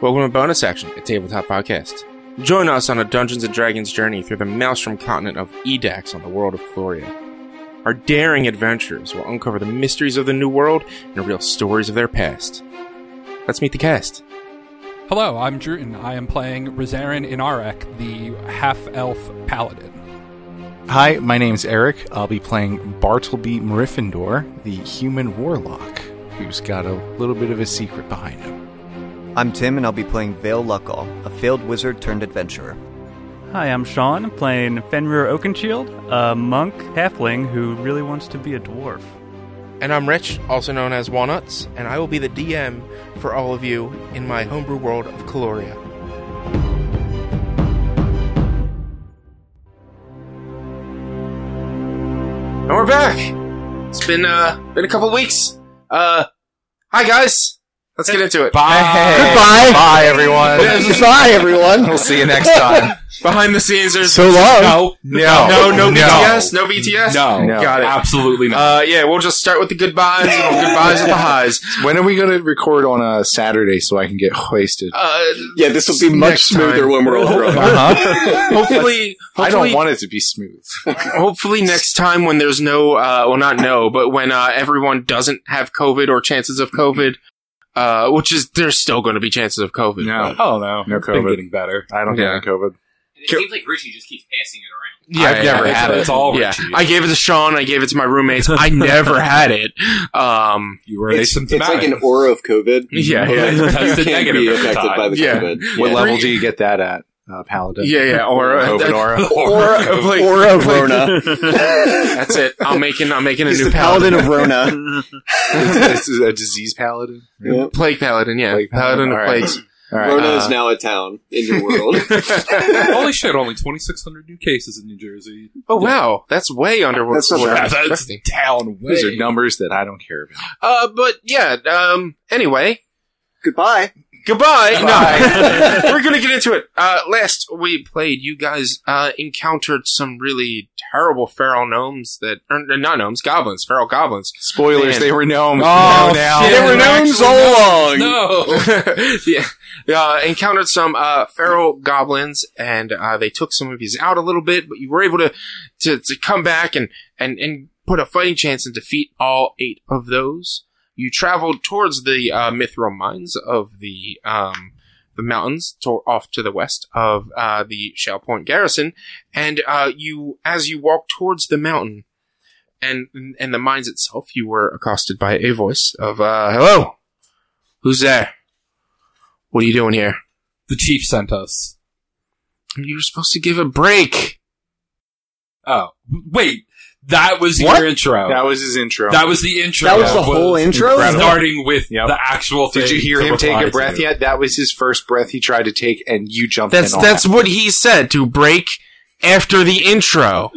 Welcome to bonus action, a tabletop podcast. Join us on a Dungeons and Dragons journey through the maelstrom continent of Edax on the world of Gloria. Our daring adventurers will uncover the mysteries of the new world and reveal stories of their past. Let's meet the cast. Hello, I'm Drew, and I am playing Rizaren Inarek, the half elf paladin. Hi, my name's Eric. I'll be playing Bartleby Mriffindor, the human warlock, who's got a little bit of a secret behind him. I'm Tim, and I'll be playing Vale Luckall, a failed wizard turned adventurer. Hi, I'm Sean, playing Fenrir Oakenshield, a monk halfling who really wants to be a dwarf. And I'm Rich, also known as Walnuts, and I will be the DM for all of you in my homebrew world of Caloria. And we're back. It's been uh been a couple weeks. Uh hi guys. Let's get into it. Goodbye. Bye, everyone. Goodbye, everyone. we'll see you next time. Behind the scenes there's So long. No, No. no, no, No. BTS, no BTS. no, No. Got it. absolutely not. Uh yeah, we'll just start with the goodbyes, and the goodbyes and the highs. When are we going to record on a Saturday so I can get hoisted? Uh Yeah, this will be much Next time. smoother when we're all grown up. Uh-huh. hopefully, hopefully I don't want it to be smooth. hopefully next time when there's no uh well not no but when uh everyone doesn't have covid or chances of covid uh which is there's still going to be chances of covid but- Oh, no. No COVID. getting better. I don't Yeah. get any COVID. It seems like Richie just keeps passing it around. yeah, I've never had it. It's all yeah Richie. i gave it to sean i gave it to my roommates i never had it um you were It's, it's like an aura of COVID. yeah yeah You Tested can't negative be every affected time. by the Yeah. COVID. What Yeah. level do you get that at, uh, Paladin? yeah, yeah or COVID aura. Aura of like, Aura of Rona. that's it. I'm making I'm making a He's new the paladin. paladin of Rona. this is a disease paladin. Yeah. plague paladin, yeah, Plague paladin, paladin, of all right. plagues. All right. Rona uh, is now a town in your world. Holy shit, only 2,600 new cases in New Jersey. Oh wow, that's way under what That's not bad. that's Down Those are numbers that I don't care about. Uh, but yeah. Um. Anyway, Goodbye. Goodbye. Bye. No, we're gonna get into it. Uh, last we played, you guys uh, encountered some really terrible feral gnomes that, or, uh, not gnomes, goblins, feral goblins. Spoilers, Man. they were gnomes. Oh, We know now. shit. They were gnomes along. No! yeah, uh, encountered some uh, feral goblins, and uh, they took some of you out a little bit, but you were able to to, to come back and, and and put a fighting chance and defeat all eight of those. You traveled towards the uh, mithril mines of the um, the mountains to- off to the west of uh, the Shell Point garrison, and uh, you as you walked towards the mountain. And, and the mines itself, you were accosted by a voice of, uh, hello, Who's there? What are you doing here? The chief sent us. You were supposed to give a break. Oh. Wait, that was What? your intro. That was his intro. That was the intro. That was the whole intro? incredible. Starting with Yep. the actual thing. Did you hear to him take reply a breath to. yet? That was his first breath he tried to take, and you jumped That's in on that's that. what he said to break after the intro.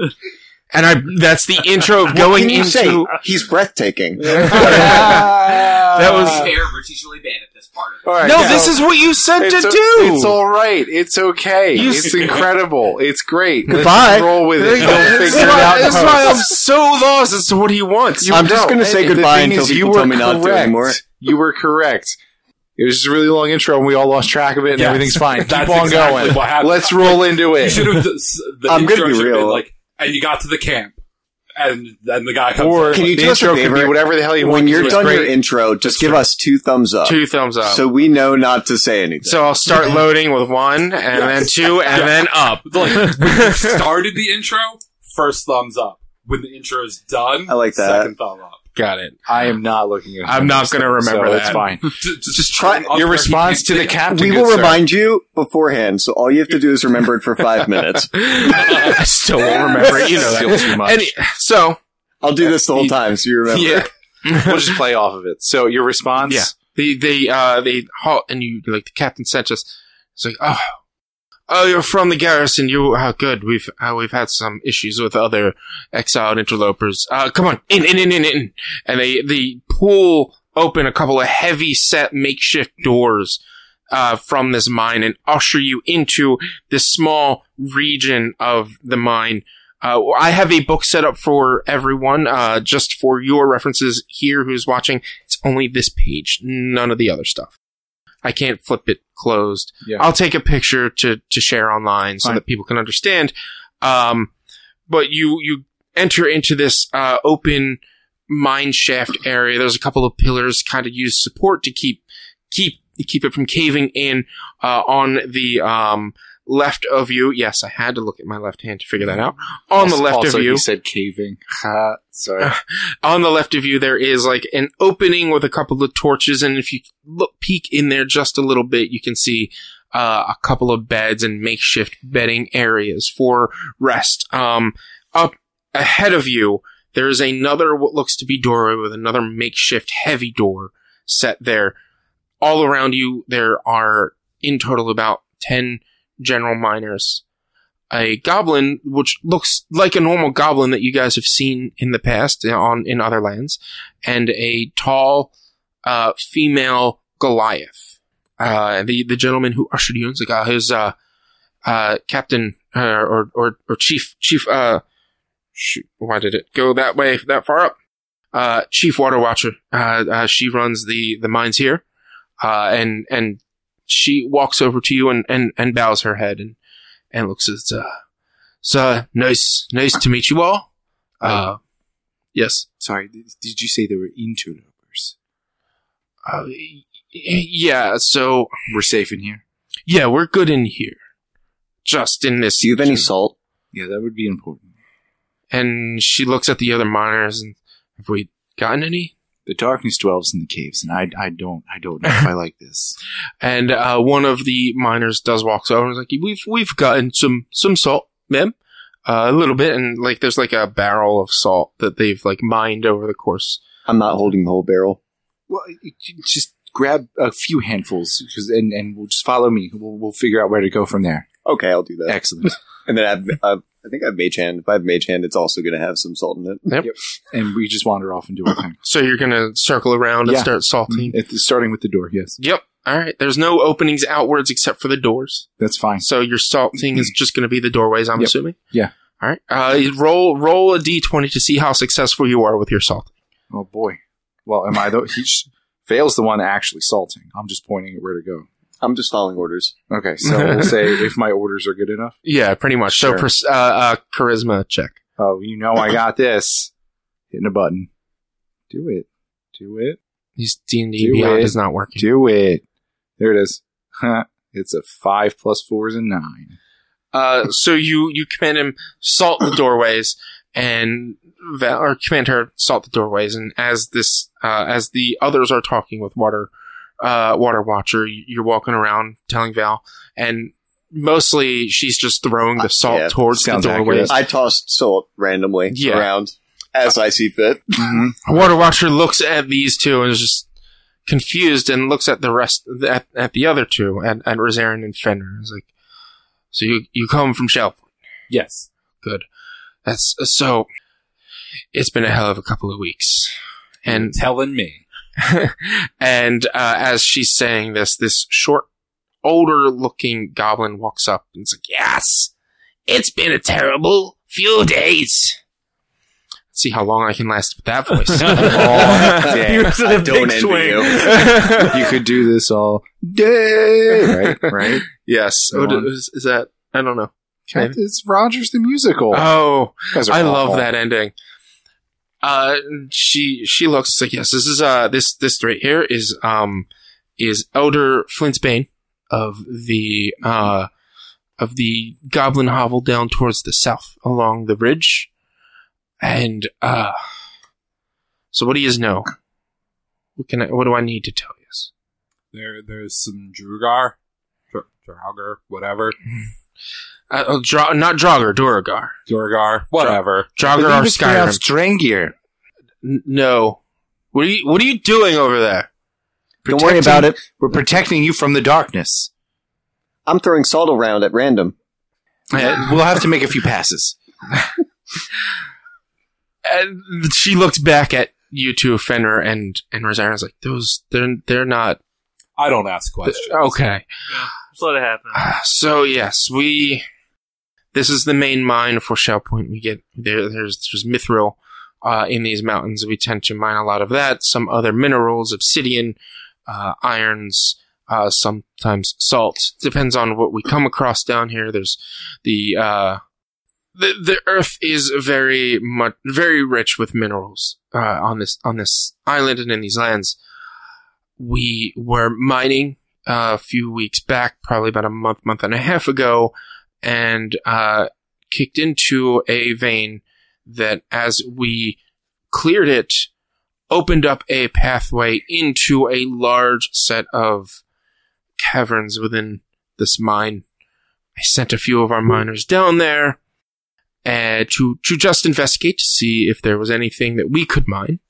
And I that's the intro of What going can you into say? He's breathtaking. that Uh, To be was fair, Richie's really bad at this part. Of All right, No, so- this is what you said it's to o- do. It's all right. It's okay. You it's s- incredible. It's great. Let's Goodbye. roll with it. You'll That's figure it why- out. in that's why I'm post. so lost as to what he wants. I'm just No, going to say and the goodbye thing until is, people you tell were me not to correct. anymore. You were correct. It was just a really long intro, and we all lost track of it, and Yes. everything's fine. Keep That's on exactly going. what happened. Let's roll into You it. should have just, the I'm gonna be intro should've real. Been like, and you got to the camp. And then the guy comes Or in. Can you the do us a intro could be favor? whatever the hell you want. When It you're was done great. your intro, just give us two thumbs up Two thumbs up. so So, we know not to say anything. I'll start loading with one and then two and then up. Like, when you started the intro, first thumbs up. When the intro is done, I like that. second thumb up. Got it. I am not looking at. I'm not gonna remember so that. It's fine. Just, try- up Your there, he can't response to see the it. captain. we good will sir. remind you beforehand, so all you have to do is remember it for five minutes. I still won't remember it. You know that. Still too much. Any, so I'll do this the whole time, so you remember. yeah, we'll just play off of it. So your response. Yeah. they they uh they halt and you like the captain sent us. It's like oh oh you're from the garrison. You uh, good. We've uh, we've had some issues with other exiled interlopers. Uh, come on in in in in in. And they they pull open a couple of heavy set makeshift doors. Uh, from this mine and usher you into this small region of the mine. Uh, I have a book set up for everyone, uh, just for your references here who's watching. It's only this page, none of the other stuff. I can't flip it closed. Yeah. I'll take a picture to to share online so Fine. that people can understand. Um, but you you enter into this uh, open mine shaft area. There's a couple of pillars kind of use support to keep keep keep it from caving in uh, on the um, left of you. Yes, I had to look at my left hand to figure that out. On the Also- left also of you, he said caving. Ha, Sorry. on the left of you there is like an opening with a couple of torches and if you look peek in there just a little bit you can see uh, a couple of beds and makeshift bedding areas for rest um up ahead of you there is another what looks to be doorway with another makeshift heavy door set there all around you there are in total about 10 general miners a goblin, which looks like a normal goblin that you guys have seen in the past on in other lands, and a tall uh, female Goliath. Uh, the the gentleman who ushered you in, the guy who's uh, uh, captain uh, or or or chief chief. Uh, shoot, why did it go that way that far up? Uh, chief Water Watcher. Uh, uh, she runs the the mines here, uh, and and she walks over to you and and and bows her head and and looks at uh so nice nice to meet you all uh yes Sorry. th- Did you say they were in turnovers? uh, y- yeah so We're safe in here. yeah we're good in here just in this Do you have any salt? Yeah, that would be important. and she looks at the other miners and have we gotten any The darkness dwells in the caves, and I, I don't, I don't know if I like this. and uh one of the miners does walks over and is like we've we've gotten some some salt ma'am uh, a little bit and like there's like a barrel of salt that they've like mined over the course I'm not holding the whole barrel. Well, you can just grab a few handfuls, 'cause- and and we'll just follow me. We'll, we'll figure out where to go from there. Okay, I'll do that. Excellent. And then I've, I've, I think I have mage hand. If I have mage hand, it's also going to have some salt in it. and we just wander off and Ah, do our thing. so you're gonna circle around and Yeah. start salting At the- starting with the door, yes, Yep. All right. There's no openings outwards except for the doors. that's fine. So your salting is just going to be the doorways, I'm Mm. Yep. assuming. Yeah. All right. Uh, roll roll a d20 to see how successful you are with your salt. Oh boy. Well, am I though? He sh- fails the one actually salting. I'm just pointing at where to go. I'm just following orders. Okay, so we'll say if my orders are good enough. Yeah, pretty much. So Sure. pers- uh, uh, charisma check. Oh, you know I got this. Hitting a button. Do it. Do it. These D&D Do Beyond it. is not working. Do it. There it is. Huh. It's a five plus four is a nine. Uh, so you you command him salt the doorways and Val, or command her salt the doorways and as this uh, as the others are talking with water uh, water watcher y- you're walking around telling Val and mostly she's just throwing the salt Uh, yeah, towards the sounds doorways. I tossed salt randomly Yeah. around as I see fit. Water Watcher looks at these two and is just confused and looks at the rest at, at the other two at, at Rosarin and Fenrir. Is like, so you you come from Shell? Yes. Good. That's so. It's been a hell of a couple of weeks, and telling me. and uh, as she's saying this, this short, older looking goblin walks up and is like, Yes, it's been a terrible few days. see how long I can last with that voice. Oh, Damn, Here's a big swing. you could do this all day. Right, right. yes. Go What on. is, is that? I don't know. Kind of. It's Rogers the musical. Oh, You guys are I awful. love that ending. Uh, she she looks it's like yes, this is uh this this right here is um is Elder Flintsbane of the uh of the Goblin Hovel down towards the south along the ridge, and uh, so what do you know? What can I, what do I need to tell you? There, there's some Drugar, Dr- Draugr, whatever, Uh, oh, Dra- not Draugr, Duragar. Durgar, whatever. Draugr Believe or it's pronounced Skyrim. Drangier. N- no. What are you What are you doing over there? Don't worry about it. We're protecting you from the darkness. I'm throwing salt around at random. Uh, we'll have to make a few passes. And she looked back at you two, Fenrir and and Rosarin's like those. They're they're not I don't ask questions. okay. Just let it happen. Uh, so yes, we. This is the main mine for Shell Point. We get there. There's there's mithril uh, in these mountains. We tend to mine a lot of that. Some other minerals, obsidian, uh, irons, uh, sometimes salt. Depends on what we come across down here. There's the uh, the the earth is very much very rich with minerals uh, on this on this island and in these lands. We were mining uh, a few weeks back, probably about a month month and a half ago, and uh, kicked into a vein that as we cleared it opened up a pathway into a large set of caverns within this mine. I sent a few of our miners down there uh, to to just investigate to see if there was anything that we could mine.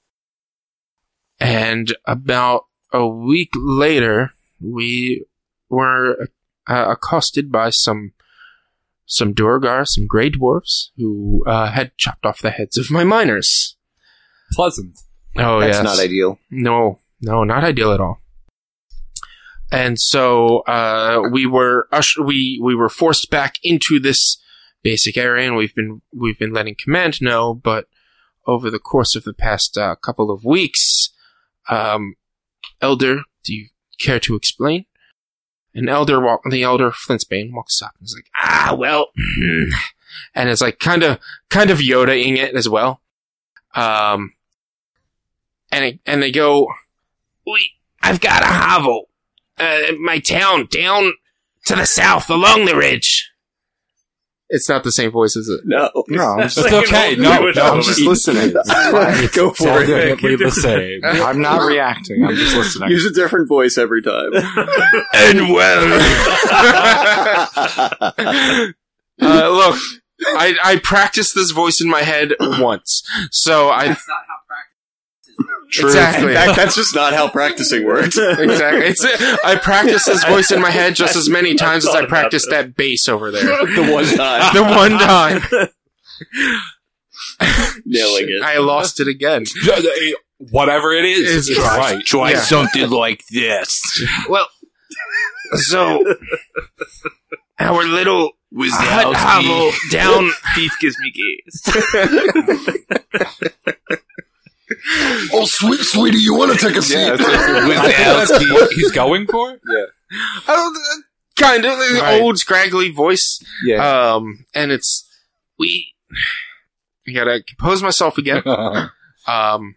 And about a week later, we were uh, accosted by some some Durgar, some Grey Dwarfs, who uh, had chopped off the heads of my miners. Pleasant. Oh, That's yes. not ideal. No, no, not ideal at all. And so uh, we were ush- we we were forced back into this basic area, and we've been we've been letting command know. But over the course of the past uh, couple of weeks, um, Elder, do you care to explain? An elder walk. The elder Flintsbane walks up and is like, "Ah, well," and it's like kind of kind of Yoda-ing it as well. Um, and it, and they go, "We, I've got a hovel, uh, my town down to the south along the ridge." It's not the same voice, is it? No. No, I'm just, It's okay. No, no, I'm just listening. Go for it. Definitely the same. I'm not reacting. I'm just listening. Use a different voice every time. And well, uh, look, I I practiced this voice in my head once, so I That's not how practice. exactly. In fact, that's just not how practicing works. Exactly. It's, I practiced this voice in my head just as many times as I practiced that bass over there. the one time. The one time. Nailing it. I lost it again. Whatever it is, It's it's right. right. Try Yeah. something like this. Well, so our little Was hut hovel down. Beef gives me gaze. Oh, sweet sweetie, you want to take a seat? I think that's what he's going for? Kind of an Right. old scraggly voice, Yeah. um, and it's we. I gotta compose myself again. Um,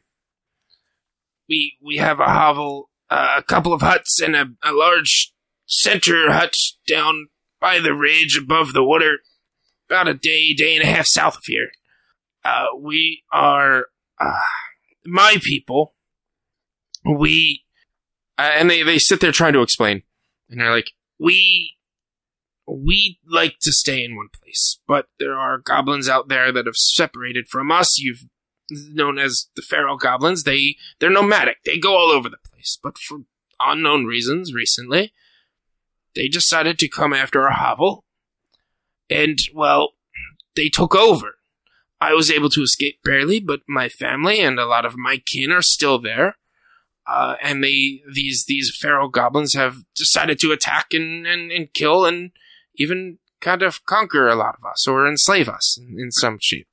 we we have a hovel, uh, a couple of huts, and a, a large center hut down by the ridge above the water, about a day, day and a half south of here. Uh, we are uh, my people. We uh, and they they sit there trying to explain, and they're like, we we like to stay in one place, but there are goblins out there that have separated from us. You've known as the feral goblins. They they're nomadic. They go all over the place. But for unknown reasons, recently, they decided to come after our hovel, and well, they took over. I was able to escape barely, but my family and a lot of my kin are still there. Uh, and they these these feral goblins have decided to attack and, and, and kill and even kind of conquer a lot of us or enslave us in, in some shape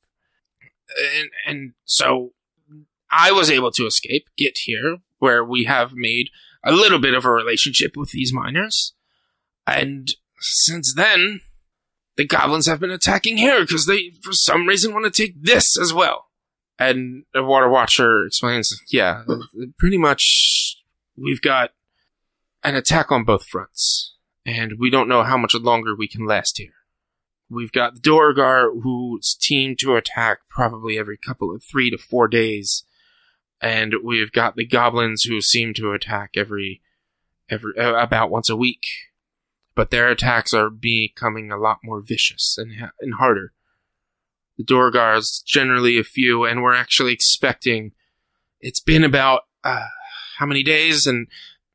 and and so I was able to escape, get here, where we have made a little bit of a relationship with these miners, and since then, the goblins have been attacking here because they, for some reason, want to take this as well. And the water watcher explains, yeah, pretty much we've got an attack on both fronts, and we don't know how much longer we can last here. We've got Dorgar, who's teamed to attack probably every couple of three to four days, and we've got the goblins who seem to attack every every uh, about once a week. But their attacks are becoming a lot more vicious and ha- and harder. The Dorgar's generally a few, and we're actually expecting. It's been about uh, how many days? And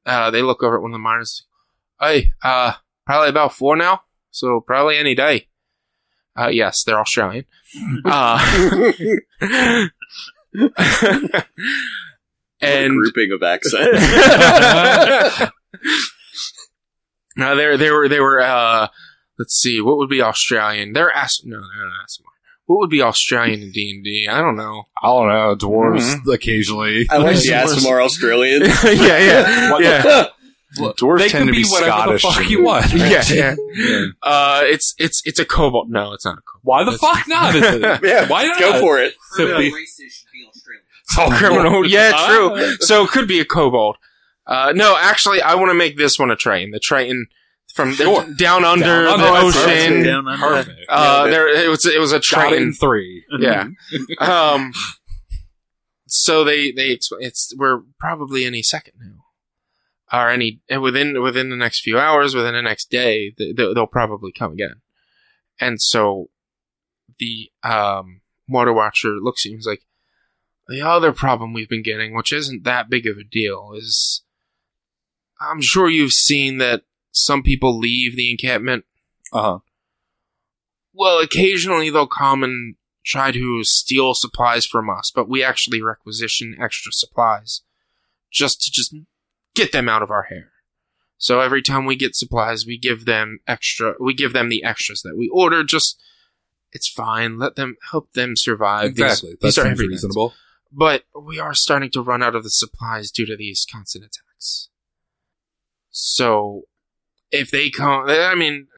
uh, they look over at one of the miners. Hey, uh, probably about four now. So probably any day. Uh, yes, they're Australian. uh, and grouping of accents. no, they they were they were. Uh, let's see, what would be Australian? They're As- no, no, no, Asmar. What would be Australian in D and D? I don't know. I don't know. Dwarves occasionally. I like the Asmar Australian. yeah, yeah, yeah. Look, Dwarves they can tend to be, be whatever Scottish the fuck and- you want. yeah, yeah. Uh, it's it's it's a cobalt. No, it's not a cobalt. Why the fuck not? Is it? Yeah, Why not? Go for it. Simply- Criminal races should be Australian. It's all criminal. yeah, true. So it could be a cobalt. Uh, no, actually, I want to make this one a Triton. The Triton from Sure. the, down under Down the under, ocean. perfect. Down under. Perfect. Uh, there it was it was a Shot in Triton. three. Yeah. um. So they they exp- it's we're probably any second now, or any eh, within within the next few hours, within the next day, th- th- they'll probably come again. And so, the um water watcher looks at him. He's like, the other problem we've been getting, which isn't that big of a deal, is I'm sure you've seen that some people leave the encampment. Uh Uh-huh. huh. Well, occasionally they'll come and try to steal supplies from us, but we actually requisition extra supplies just to just get them out of our hair. So every time we get supplies, we give them extra. We give them the extras that we order. Just it's fine. Let them help them survive. These- Exactly. That These, are sounds everything. reasonable. But we are starting to run out of the supplies due to these constant attacks. So if they come, I mean,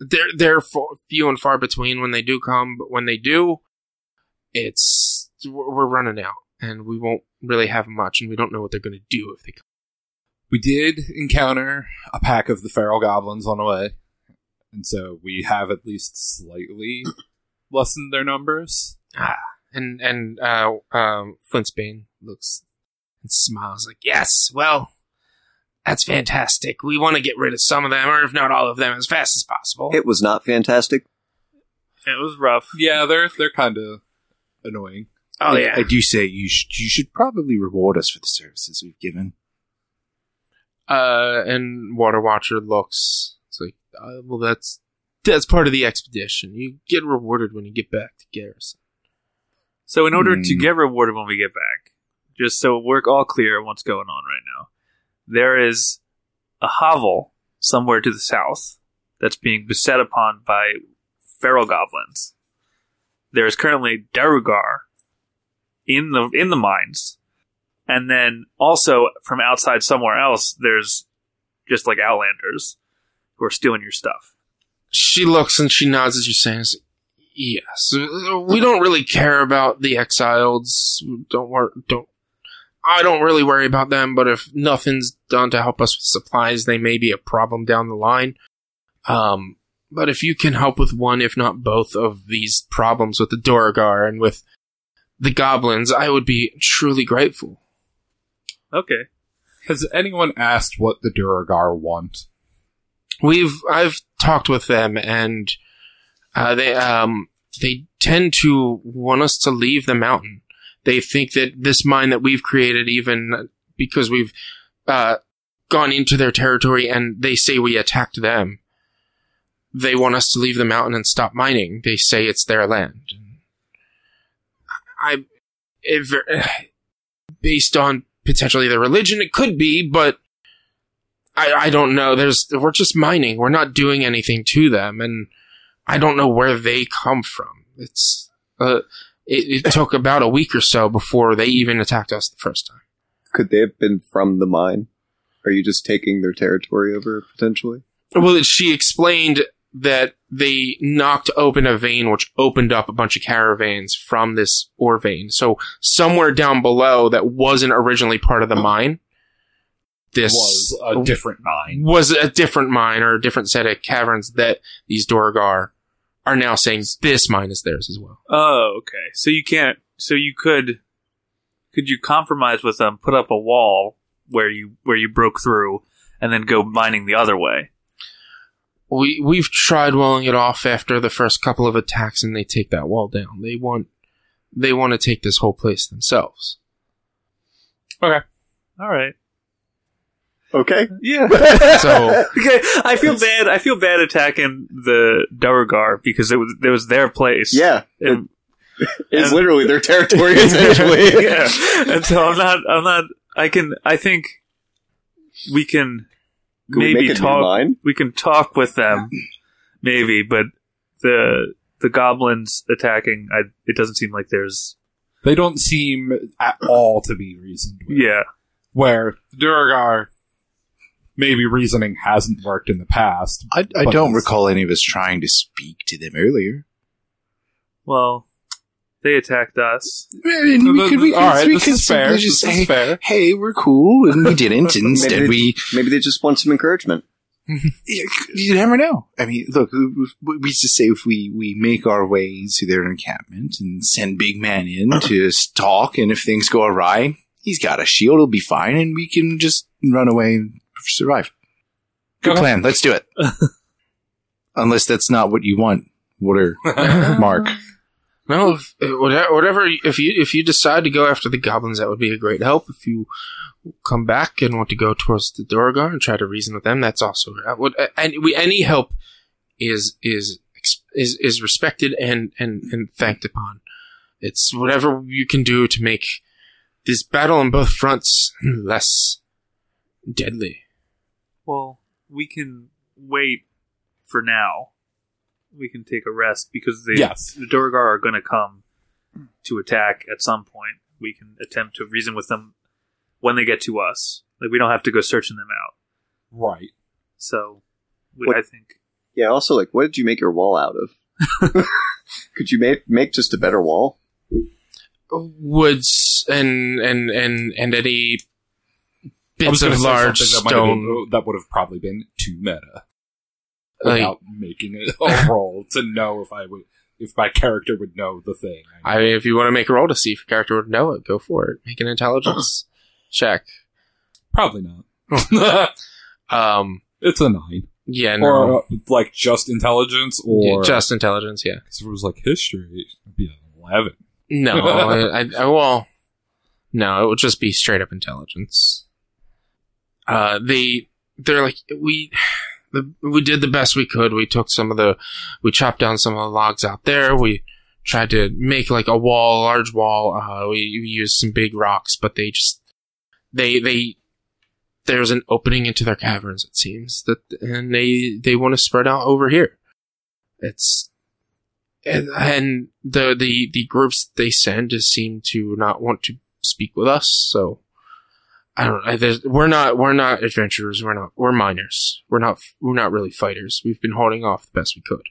they're they're fo- few and far between when they do come, but when they do, it's we're we're running out, and we won't really have much, and we don't know what they're going to do if they come. We did encounter a pack of the feral goblins on the way, and so we have at least slightly lessened their numbers. And and uh, um, Flintspane looks and smiles like, "Yes, well, that's fantastic. We want to get rid of some of them, or if not all of them, as fast as possible." It was not fantastic. It was rough. Yeah, they're they're kind of annoying. oh yeah, I do say you should you should probably reward us for the services we've given. Uh, and Water Watcher looks. It's like, uh, well, that's that's part of the expedition. You get rewarded when you get back to Garrison. So in order to Hmm. get rewarded when we get back, just so we're all clear on what's going on right now, there is a hovel somewhere to the south that's being beset upon by feral goblins. There is currently Darugar in the in the mines. And then also from outside somewhere else, there's just like outlanders who are stealing your stuff. She looks and she nods as you're saying, it's like, "Yes, uh, we don't really care about the exiles. Don't worry. Don't. I don't really worry about them. But if nothing's done to help us with supplies, they may be a problem down the line. Um, but if you can help with one, if not both, of these problems with the Dorogar and with the goblins, I would be truly grateful. Okay. Has anyone asked what the Duragar want? we've I've talked with them and uh, they um they tend to want us to leave the mountain. They think that this mine that we've created, even because we've uh, gone into their territory and they say we attacked them, they want us to leave the mountain and stop mining. They say it's their land. I, if, based on potentially their religion, it could be, but I, I don't know. There's we're just mining. We're not doing anything to them, and I don't know where they come from. It's uh, it, it took about a week or so before they even attacked us the first time. Could they have been from the mine? Are you just taking their territory over potentially? Well, she explained that they knocked open a vein, which opened up a bunch of caravans from this ore vein. So somewhere down below that wasn't originally part of the mine, this was a different nine. was a different mine or a different set of caverns that these Dorgar are now saying this mine is theirs as well. Oh, okay. So you can't. So you could. Could you compromise with them? Put up a wall where you where you broke through, and then go mining the other way. We we've tried walling it off after the first couple of attacks, and they take that wall down. They want they want to take this whole place themselves. All right. Okay. Yeah. So okay. I feel bad. I feel bad attacking the Duergar because it was it was their place. Yeah. It- And, it's and- literally their territory essentially. yeah. And so I'm not. I'm not. I can. I think we can Could we maybe make a new talk. mine? we can talk with them, maybe. But the the goblins attacking, I, it doesn't seem like there's They don't seem at all to be reasoned with. yeah. Where the Duragar maybe reasoning hasn't worked in the past. I, I but don't this- recall any of us trying to speak to them earlier. Well, they attacked us. And we could, we could, all right, we this could is fair, simply just this is say, fair. "Hey, we're cool," and we didn't. Instead, maybe, we they, maybe they just want some encouragement. you never know. I mean, look, we we just say if we we make our way to their encampment and send Big Man in to s- talk, and if things go awry, he's got a shield; he'll be fine, and we can just run away and survive. Good Okay. plan. Let's do it. Unless that's not what you want, Water Mark. No, if, uh, whate- whatever. If you if you decide to go after the goblins, that would be a great help. If you come back and want to go towards the Durgar and try to reason with them, that's also that would, uh, and we, any help is is ex- is is respected and and and thanked upon. It's whatever you can do to make this battle on both fronts less deadly. Well, we can wait for now. We can take a rest because the, Yes. the Durgar are going to come to attack at some point. We can attempt to reason with them when they get to us. Like we don't have to go searching them out. Right. So, we, What- I think Yeah. Also, like, what did you make your wall out of? Could you make make just a better wall? Woods and and and and any I was bits gonna of say large something that might have stone. been- that would have probably been too meta Like- without making it a roll to know if I would if my character would know the thing. I mean, if you want to make a roll to see if your character would know it, go for it. Make an intelligence check. Probably not. Um, it's a nine, yeah, no, or uh, like just intelligence, Yeah, or just intelligence. Yeah, 'cause if it was like history, it'd be an eleven. no, I, I, I well, no, it would just be straight up intelligence. Uh, they they're like we. The, we did the best we could. We took some of the, we chopped down some of the logs out there. We tried to make like a wall, a large wall. Uh, we, we used some big rocks, but they just, they, they, there's an opening into their caverns. It seems that, and they, they want to spread out over here. It's, and, and the, the, the groups they send just seem to not want to speak with us. So I don't, I, there's- we're not, we're not adventurers. We're not, we're miners. We're not, we're not really fighters. We've been holding off the best we could.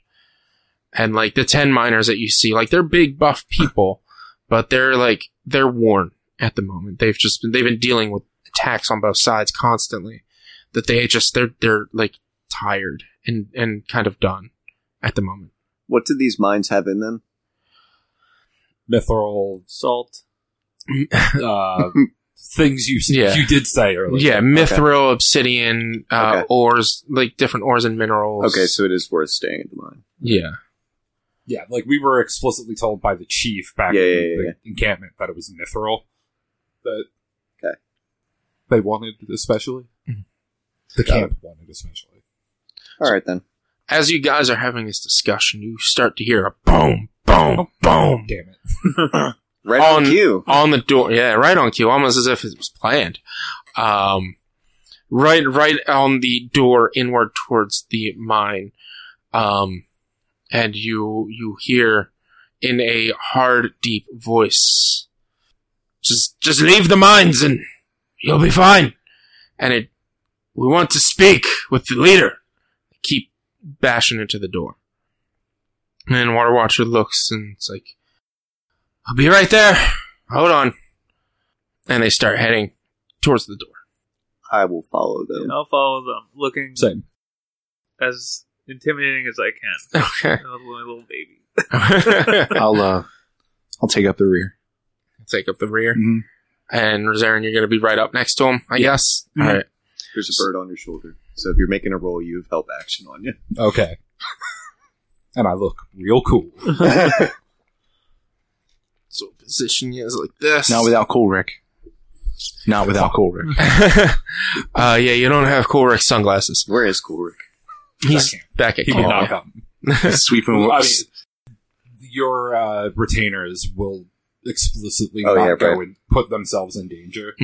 And like the 10 miners that you see, like they're big buff people, but they're like, they're worn at the moment. They've just been, they've been dealing with attacks on both sides constantly that they just, they're, they're like tired and, and kind of done at the moment. What did these mines have in them? Mithril salt. uh, things you s- Yeah. you did say earlier. Yeah, mithril, obsidian, uh, Okay. ores, like different ores and minerals. Okay, so it is worth staying at the mine. yeah, yeah. Like we were explicitly told by the chief back Yeah, in yeah, yeah, the yeah. encampment that it was mithril that Okay. they wanted, especially the Got camp wanted, especially. All right then. as you guys are having this discussion, you start to hear a boom, boom, boom Damn it! Right on, On- cue. on the door. Yeah, right on cue, almost as if it was planned. Um, right, right on the door, inward towards the mine. Um, and you you hear in a hard, deep voice, "Just just leave the mines and you'll be fine." And it, we want to speak with the leader. Keep bashing into the door. And Water Watcher looks and it's like, I'll be right there. Hold on. And they start heading towards the door. I will follow them. I'll follow them, looking Same. as intimidating as I can. Okay. I'm a little baby. I'll uh, I'll take up the rear. Take up the rear. Mhm. And Rosarin, you're going to be right up next to him, I guess. Mhm. All right. There's a bird on your shoulder. So if you're making a roll, you have help action on you. Okay. and I look real cool. So position is like this. Not without Cool Rick. Not without Cool Rick. uh, yeah, you don't have Cool Rick sunglasses. Where is Cool Rick? He's back at He did Cool not Rick. come. Sweeping. Well, I mean, whoops. your uh, retainers will explicitly Oh, not yeah, go right. and put themselves in danger.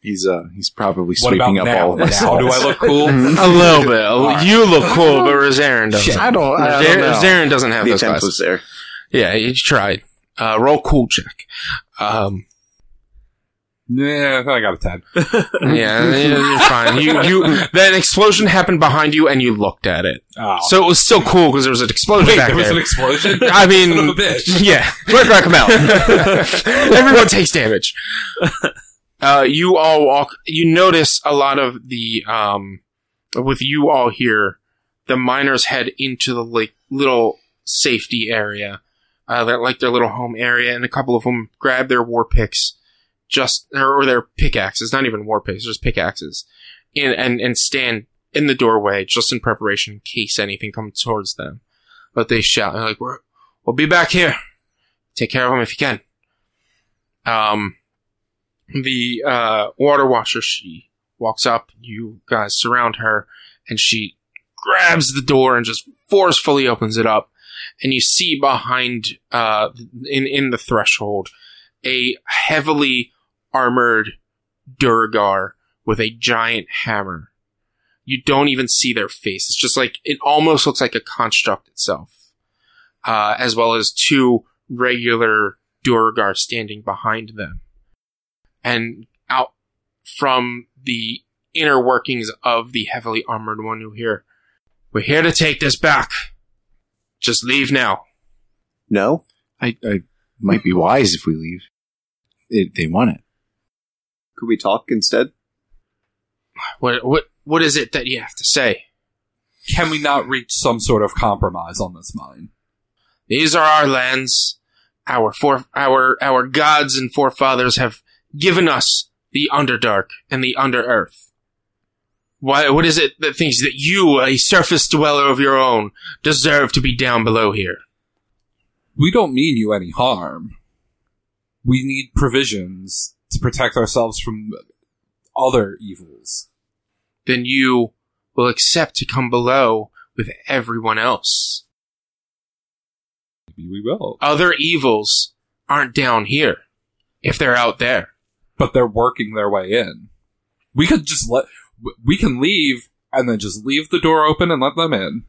he's uh, he's probably What about sweeping up now? all of us. Now, do I look cool? A little bit. You look cool, but Rosarin doesn't. I don't. I don't Rosarin know. Rosarin doesn't have the those attempt glasses. was there. Yeah, he tried. Uh, roll cool check. Um, Yeah, I got a ten. yeah, you're fine. You, you, that explosion happened behind you, and you looked at it. Oh. So it was still cool because there was an explosion Wait, back there was there. an explosion. I mean, Son of a bitch. yeah, Red Rock Mount. Everyone takes damage. Uh, you all walk. You notice a lot of the um, with you all here, the miners head into the like little safety area, uh, that like their little home area, and a couple of them grab their war picks, just or, or their pickaxes. Not even war picks, just pickaxes, and and and stand in the doorway just in preparation in case anything comes towards them. But they shout, they're like, We're, we'll be back here. Take care of him if you can. Um, the uh, water washer, she walks up. You guys surround her, and she grabs the door and just forcefully opens it up. And you see behind, uh, in in the threshold, a heavily armored Durgar with a giant hammer. You don't even see their face. It's just like it almost looks like a construct itself uh, as well as two regular Durgar standing behind them. And out from the inner workings of the heavily armored one, you hear, We're here to take this back. Just leave now. No? I, I might be wise if we leave. It, they want it. Could we talk instead? What, what, what is it that you have to say? Can we not reach some sort of compromise on this mine? These are our lands. Our fore- our our gods and forefathers have given us the Underdark and the Underearth. Why? What is it that thinks that you, a surface dweller of your own, deserve to be down below here? We don't mean you any harm. We need provisions to protect ourselves from other evils. Then you will accept to come below with everyone else. Maybe we will. Other evils aren't down here, if they're out there. but they're working their way in. We could just let we can leave and then just leave the door open and let them in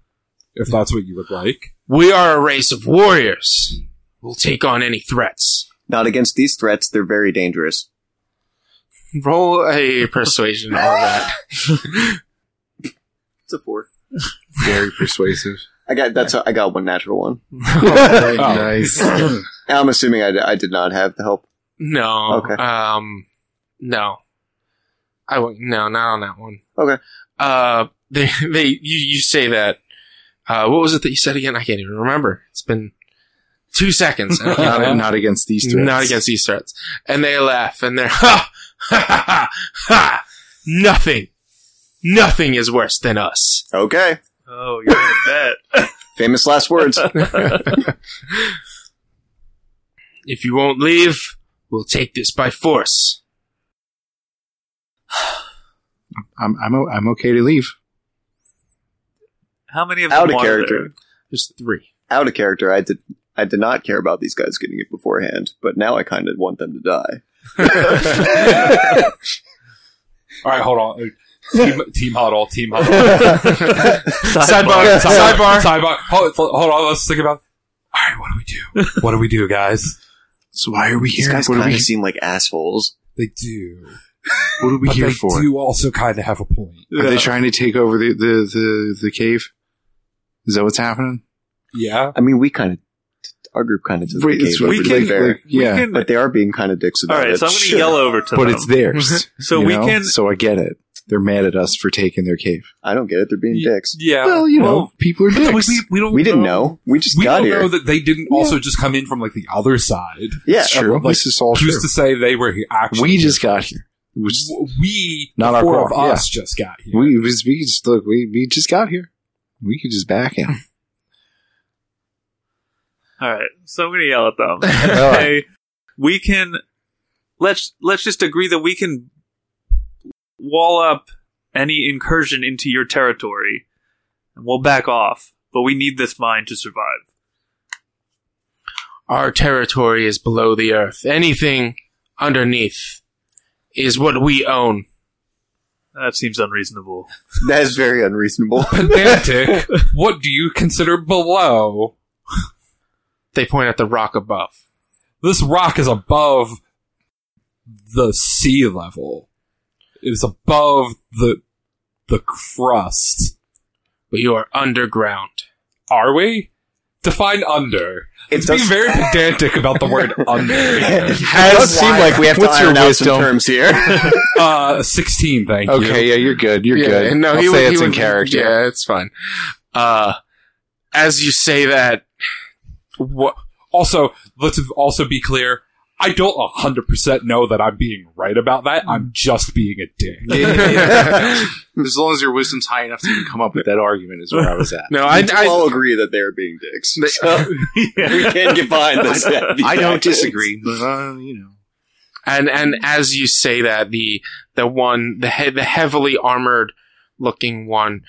if that's what you would like. We are a race of warriors. We'll take on any threats. Not against these threats. They're very dangerous. Roll a persuasion on that. It's a four. Very persuasive. I got that's a, I got one natural one. Oh, nice. I'm assuming I, d- I did not have the help. No. Okay. Um, no. I won't. No, not on that one. Okay. Uh, they they you you say that. Uh, what was it that you said again? I can't even remember. It's been two seconds. I can't not, remember. not against these threats. Not against these threats. And they laugh and they're ha ha ha ha. Nothing, nothing is worse than us. Okay. Oh, you're gonna bet. Famous last words. If you won't leave, we'll take this by force. I'm I'm o- I'm okay to leave. How many of Out of them are character. There's three. Out of character. I did I did not care about these guys getting it beforehand, but now I kind of want them to die. All right, hold on. Team, team huddle, team huddle. Sidebar. Sidebar. Sidebar. Hold, hold on, let's think about. All right, what do we do? What do we do, guys? So why are we These here? guys What are kind we, of seem like assholes. They do. what are we But here they for? do also kind of have a point. Are they trying to take over the, the, the, the cave? Is that what's happening? Yeah. I mean, we kind of our group kind of did Wait, the it's cave, really to be like- fair. like- yeah, can- but they are being kind of dicks All about right, it. so I'm gonna yell over to but them. it's theirs. So you we know? can- So I get it. They're mad at us for taking their cave. I don't get it. They're being dicks. Yeah. Uh, well, you know, well, people are we, dicks. we- we don't. We didn't know. We just We got don't here. know that they didn't also just come in from like the other side. yeah. It's true. Like, this is all true. Who's to say they were here? Actually, we just got here. We, just, we Not not our four core, of us just got here. we, we, just- we just look. We, we just got here. We could just back out. All right, so I'm gonna yell at them. All right. hey, we can let's let's just agree that we can wall up any incursion into your territory, and we'll back off. But we need this mine to survive. Our territory is below the earth. Anything underneath is what we own. That seems unreasonable. That is very unreasonable. pedantic. what do you consider below? They point at the rock above. This rock is above the sea level. It was above the the crust. But you are underground. Are we? Define under. It's being very pedantic about the word under. it does seem like we have to What's your iron out some wisdom? terms here. uh, sixteen. Thank you. okay, yeah, you're good. You're good. No, I'll he say would- he it's in would- character. Yeah, it's fine. Uh, as you say that, Wha- Also, let's also be clear. I don't hundred percent know that I'm being right about Mm. that. I'm just being a dick. as long as your wisdom's high enough to even come up with that argument is where I was at. no, I, I I, all agree that they are being dicks. So we can get behind this. I don't disagree, but uh, you know. and and as you say that, the the one, the he- the heavily armored looking one,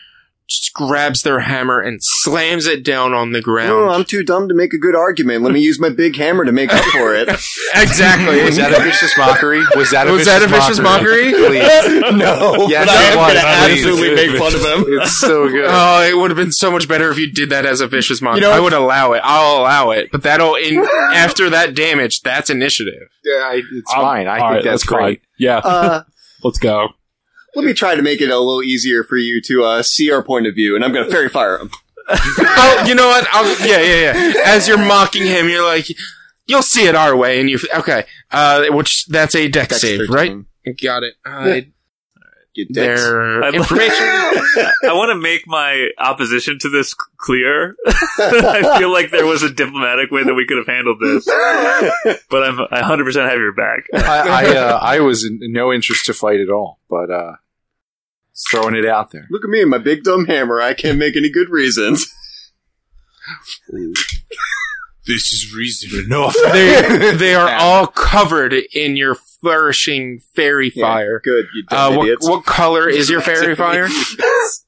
just grabs their hammer and slams it down on the No, ground. I'm too dumb to make a good argument. Let me use my big hammer to make up for it. exactly. Was that a vicious mockery? Was that a Was vicious that a vicious mockery? no. Yes, but I am going it was, to please. absolutely make fun of him. It's so good. Oh, it would have been so much better if you did that as a vicious mockery. You know- I would allow it. I'll allow it. But that'll in after that damage, that's initiative. yeah, I, it's I'm- fine. I All think right, that's fine. great. Yeah, Uh, let's go. let me try to make it a little easier for you to uh, see our point of view, and I'm going to fairy fire him. I'll, you know what? I'll, yeah, yeah, yeah. As you're mocking him, you're like, you'll see it our way, and you okay? Uh, which that's a deck, save, right? Got it. Uh, Get dicks. Their I'd- information. I want to make my opposition to this c- clear. I feel like there was a diplomatic way that we could have handled this, but I'm I 100% have your back. I, I, uh, I was in no interest to fight at all, but uh, throwing it out there. Look at me and my big dumb hammer. I can't make any good reasons. This is reason enough. they, they are all covered in your flourishing fairy fire. Good, you dumb Uh, what, idiots. what color is your fairy fire?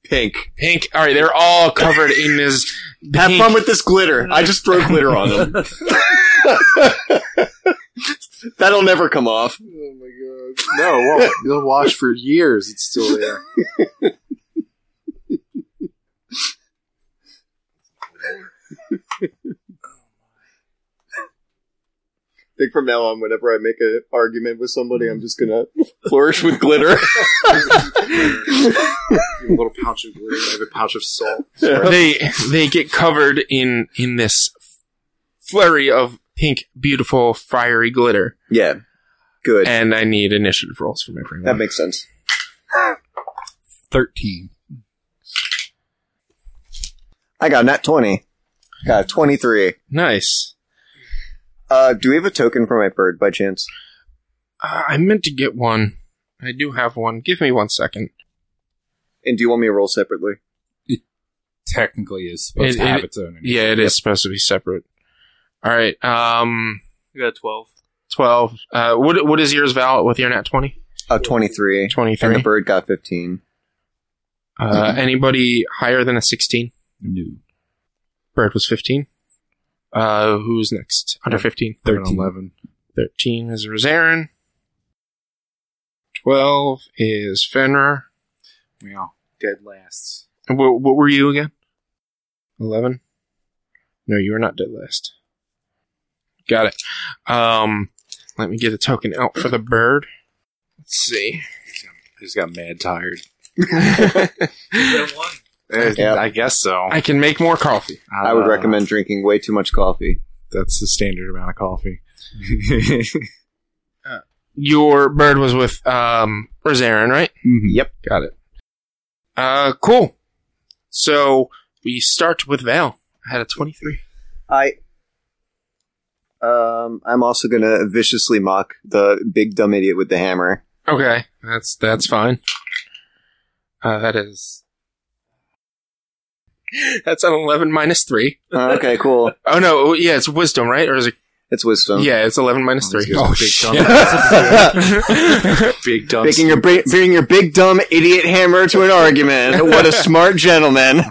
Pink. Pink. All right, they're all covered in this. Have pink- fun with this glitter. I just throw glitter on them. That'll never come off. No, it won't. You'll watch for years. It's still there. I think from now on, whenever I make an argument with somebody, I'm just gonna flourish with glitter. You have a little pouch of glitter. I have a pouch of salt. they they get covered in in this flurry of pink, beautiful, fiery glitter. yeah, good. And I need initiative rolls from everyone. that makes sense. Thirteen. I got not twenty. Got twenty three. nice. Uh, do we have a token for my bird by chance? Uh, I meant to get one. I do have one. Give me one second. And do you want me to roll separately? Technically, is supposed It- to have it- its own. Yeah, it is supposed to be separate. All right. Um, You got a 12. twelve. Uh, what what is yours, Val? With your nat twenty? Uh, twenty three. Twenty And the three. bird got fifteen. Uh, anybody higher than a sixteen? Bird was fifteen. Uh, who's next? Under fifteen. Thirteen. 13 is Rosarin. 12 is Fenrir. Yeah, dead last. And What, what were you again? 11? No, you are not dead last. Got it. Um, let me get a token out for the bird. Let's see. I just got mad tired. one. Eh, Yeah. I guess so. I can make more coffee. I would Uh, recommend drinking way too much coffee. That's the standard amount of coffee. Your bird was with um Rosarin, right? Yep. Got it. Uh, cool. So we start with Val. I had a 23. I. Um, I'm also gonna viciously mock the big dumb idiot with the hammer. Okay, that's that's fine. Uh, that is. That's an eleven minus three. Uh, okay, cool. Oh no, oh, yeah, it's wisdom, right? Or is it? It's wisdom. Yeah, it's eleven minus three. Oh, big dumb, big dumb. Making your bri- bringing your big dumb idiot hammer to an argument. What a smart gentleman!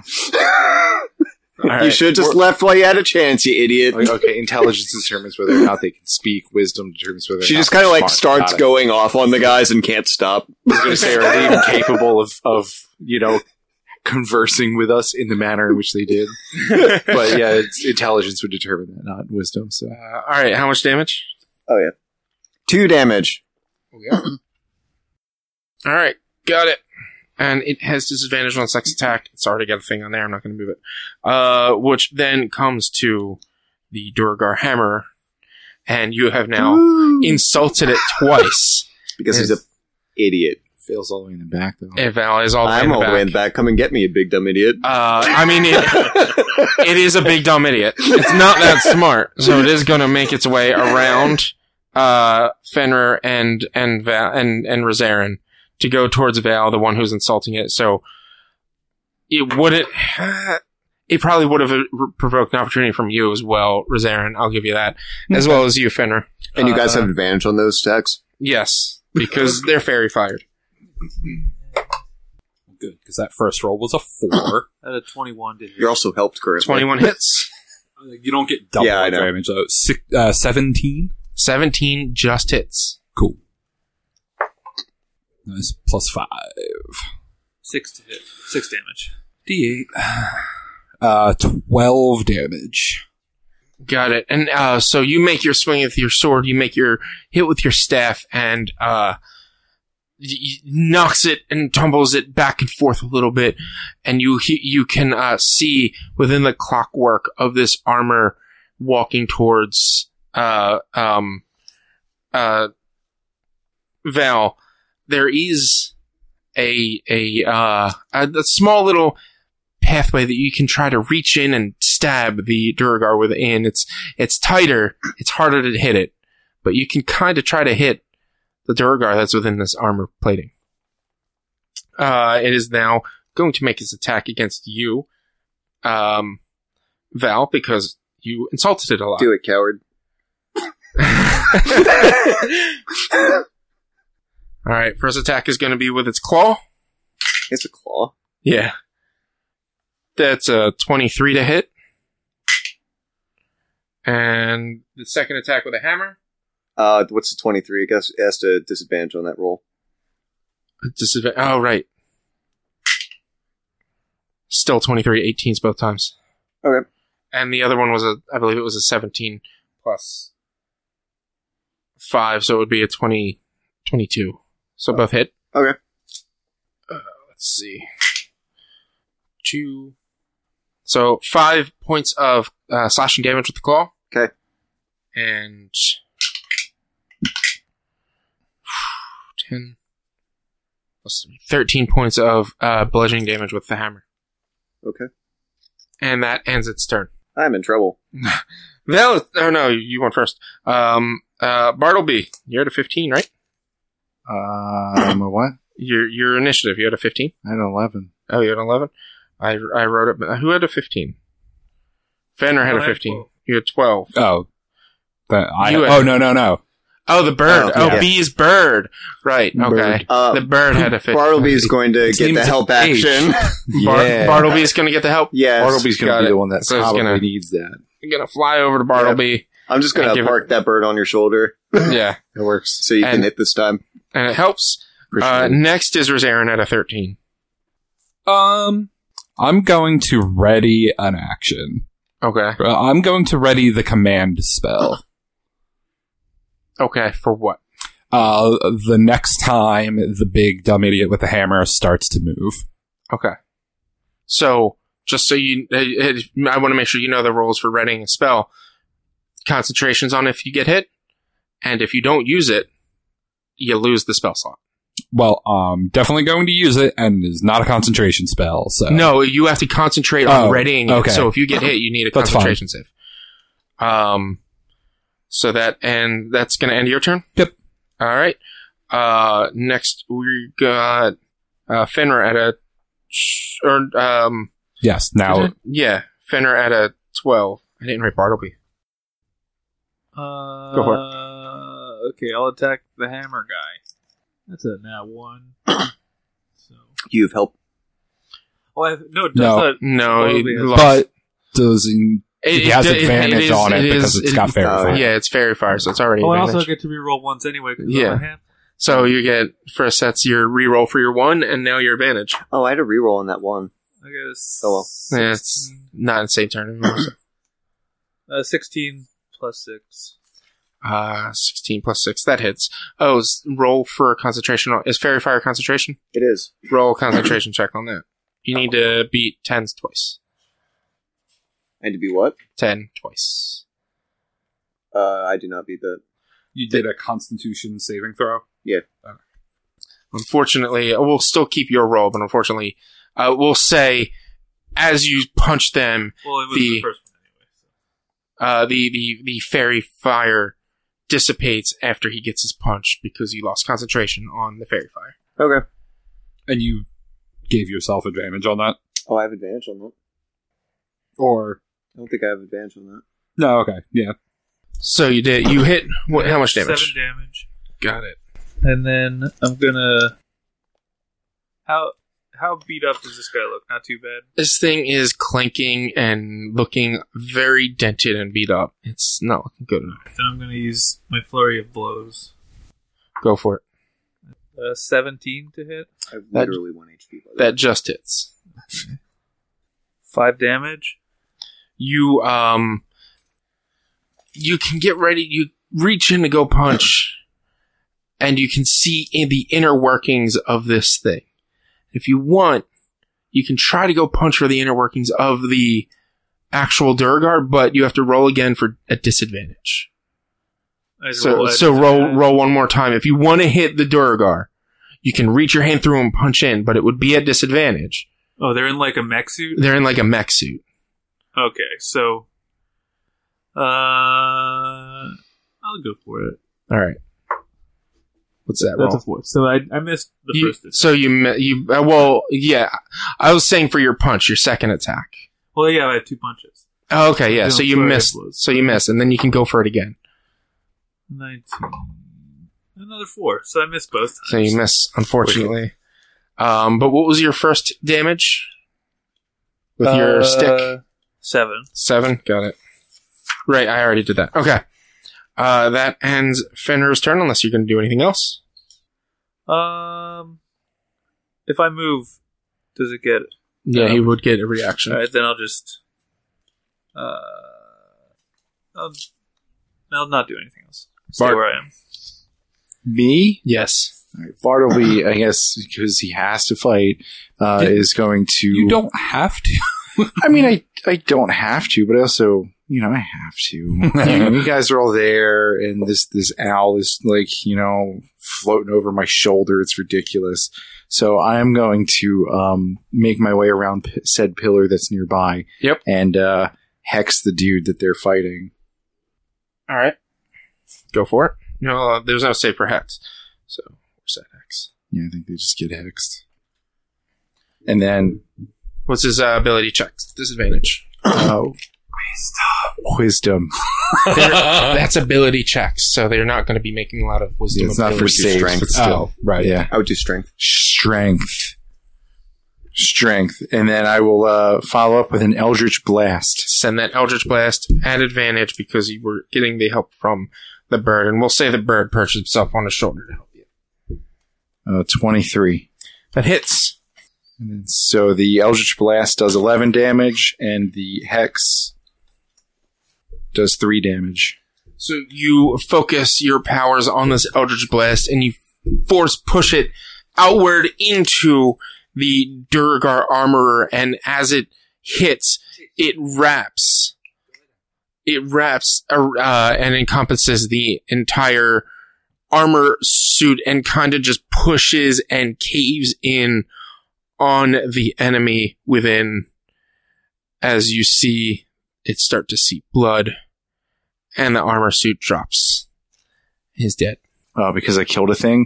You should have just left while you had a chance, you idiot. Like, okay, intelligence determines whether or not they can speak. Wisdom determines whether or She not just kind of they're like smart. starts Got it. going off on the guys and can't stop. I was going to say, are they even capable of, of you know conversing with us in the manner in which they did? But yeah, it's, intelligence would determine that, not wisdom. So Uh, all right, how much damage? Two damage. yeah. All right, got it. And it has disadvantage on sex attack. It's already got a thing on there. I'm not going to move it. Uh, which then comes to the Durgar hammer, and you have now insulted it twice. because he's an idiot. Fails all the way in the back though. It is all the way I'm in the all the way back. in the back. Come and get me, you big dumb idiot. Uh, I mean, it, it is a big dumb idiot. It's not that smart, so it is going to make its way around uh, Fenrir and and Val- and and Rosarin to go towards Val, the one who's insulting it. So it wouldn't. It probably would have uh, provoked an opportunity from you as well, Rosarin. I'll give you that, as well as you, Fenrir. and you guys Uh, have advantage on those attacks. yes, because they're fairy fired. Good, because that first roll was a four. At a 21, did You're also helped currently. Twenty-one hits. you don't get double Yeah, I know. damage though. Six, uh, Seventeen. 17 just hits. Cool. Nice. Plus five. Six to hit. Six damage. D8. Uh, 12 damage. Got it. And uh, so you make your swing with your sword, you make your hit with your staff, and uh, y- y- knocks it and tumbles it back and forth a little bit. And you he- you can uh, see within the clockwork of this armor walking towards uh, um, uh, Val. There is a a, uh, a a small little pathway that you can try to reach in and stab the Durgar within. It's it's tighter, it's harder to hit it, but you can kind of try to hit the Durgar that's within this armor plating. Uh, it is now going to make its attack against you, um, Val, because you insulted it a lot. Do it, coward. All right, first attack is going to be with its claw. It's a claw. Yeah. That's a 23 to hit. And the second attack with a hammer. Uh, what's the 23? I guess it has to disadvantage on that roll. Disadva- oh, right. Still 23, 18s both times. Okay. And the other one was a, I believe it was a 17 plus 5, so it would be a 20, 22. So both hit. Oh. Okay. Uh, let's see. 2. So 5 points of uh, slashing damage with the claw. Okay. And 10 plus 13 points of uh, bludgeoning damage with the hammer. Okay. And that ends its turn. I'm in trouble. Val, oh no, you went first. Um, uh, Bartleby, you're at a 15, right? Uh, I'm a what? Your your initiative, you had a 15? I had an eleven. Oh, you had an 11? I, I wrote it, who had a 15? Fenner had No, a I had 15. 12. You had 12. Oh. That I, You- oh, no, no, no. Oh, the bird. Oh, Oh, yeah. B's bird. Right, okay. Uh, The bird had a 15. Bartleby's going to get the name's help H. action. Bar- Yeah. Bartleby's going to get the help. yes. Bartleby's going got to be it. the one that So it's probably gonna- needs that. I'm going to fly over to Bartleby. I'm just I going to give park that bird on your shoulder yeah. It works. so you can And- hit this time. And it helps. Uh, Appreciate it. next is Rosarin at a 13. Um, I'm going to ready an action. Okay. Uh, I'm going to ready the command spell. Okay, for what? Uh, the next time the big dumb idiot with the hammer starts to move. Okay. So, just so you, uh, uh, I want to make sure you know the rules for readying a spell. Concentration's on if you get hit, and if you don't use it, you lose the spell slot. Well, I'm definitely going to use it, and it is not a concentration spell, so. No, you have to concentrate on Oh, readying okay. it. So if you get hit, you need a That's fine. concentration save. Um, so that and that's going to end your turn. Yep. All right. Uh, next we got uh, Fenrir at a or um Yes, now. yeah Fenrir at a twelve. I didn't write Bartleby. Uh, Go for Okay, I'll attack the hammer guy. That's a now one. so, You've helped. oh, I have, no, that's No. not- No, he Bartleby has- lost. But does he, It- he has it- it- advantage is- on it, because is- it's got fairy uh, fire. Yeah, it's fairy fire, so it's already. Oh, I advantage. also get to reroll once anyway. 'cause I'm Yeah. a ham- so you get first. That's your reroll for your one, and now your advantage. Oh, I had a reroll on that one. I got a Oh, well. Yeah, it's not the same turn. anymore, so. Uh, 16 plus 6. Uh, 16 plus 6. That hits. Oh, is roll for concentration. Is fairy fire concentration? It is. Roll concentration check on that. You need to beat 10s twice. And to be what? 10 twice. Uh, I do not beat that. You did a Constitution saving throw. Yeah. Unfortunately, uh, we'll still keep your roll, but unfortunately, uh, we'll say as you punch them, Well, it was The- the first one. uh, the, the, the fairy fire dissipates after he gets his punch because you lost concentration on the fairy fire. Okay. And you gave yourself advantage on that? Oh, I have advantage on that. Or. I don't think I have advantage on that. No, okay. Yeah. So you did, you hit, what, how much damage? Seven damage. Got it. And then I'm gonna. How how beat up does this guy look? Not too bad. This thing is clanking and looking very dented and beat up. It's not looking good enough. Then I'm gonna use my flurry of blows. Go for it. Uh, 17 to hit. I have That- literally one HP. By the way. That just hits. Five damage. you um you can get ready you reach in to go punch and you can see in the inner workings of this thing if you want you can try to go punch for the inner workings of the actual durgar but you have to roll again for a disadvantage I just so roll so that. roll roll one more time if you want to hit the durgar you can reach your hand through and punch in but it would be at disadvantage Oh, they're in like a mech suit. they're in like a mech suit Okay, so. Uh, I'll go for it. all right what's that roll? That's a four. So I, I missed the You- first. attack. so you mi- you uh, well yeah I was saying for your punch your second attack Well, yeah, I had two punches. oh, okay yeah so Yeah, you sorry, I missed was- so you miss and then you can go for it again 19. Another four. So I missed both. so you times. miss unfortunately um but what was your first damage with your Uh, stick Seven. seven got it right I already did that okay uh that ends Fenrir's turn unless you're gonna do anything else Um, if I move, does it get it? yeah he would get a reaction All right, then I'll just. Uh, I'll, I'll not do anything else. Stay Bart. where I am. Me? yes All right, Bartleby, I guess, because he has to fight, uh, Did- is going to. You don't have to. I mean, I I don't have to, but I also, you know, I have to. you, know, you guys are all there, and this this owl is like, you know, floating over my shoulder. It's ridiculous. So I am going to um, make my way around p- said pillar that's nearby. Yep. And uh, hex the dude that they're fighting. all right go for it no uh, there's no save for hex so where's that hex Yeah, I think they just get hexed. And then What's his uh, ability check? Disadvantage. oh, wisdom. They're- that's ability checks, so they're not going to be making a lot of wisdom. it's not for ability saves, checks. but still. right. Yeah. I would do strength. strength strength and then i will uh follow up with an eldritch blast Send that Eldritch Blast at advantage because you were getting the help from the bird, and we'll say the bird perches himself on his shoulder to help you. uh 23 That hits. and then, so the eldritch blast does 11 damage and the hex does 3 damage So you focus your powers on this Eldritch Blast, and you force push it outward into the Durgar armorer, and as it hits, it wraps, it wraps uh, uh, and encompasses the entire armor suit, and kind of just pushes and caves in on the enemy within. As you see it start to seep blood, and the armor suit drops. He's dead. uh, because i killed a thing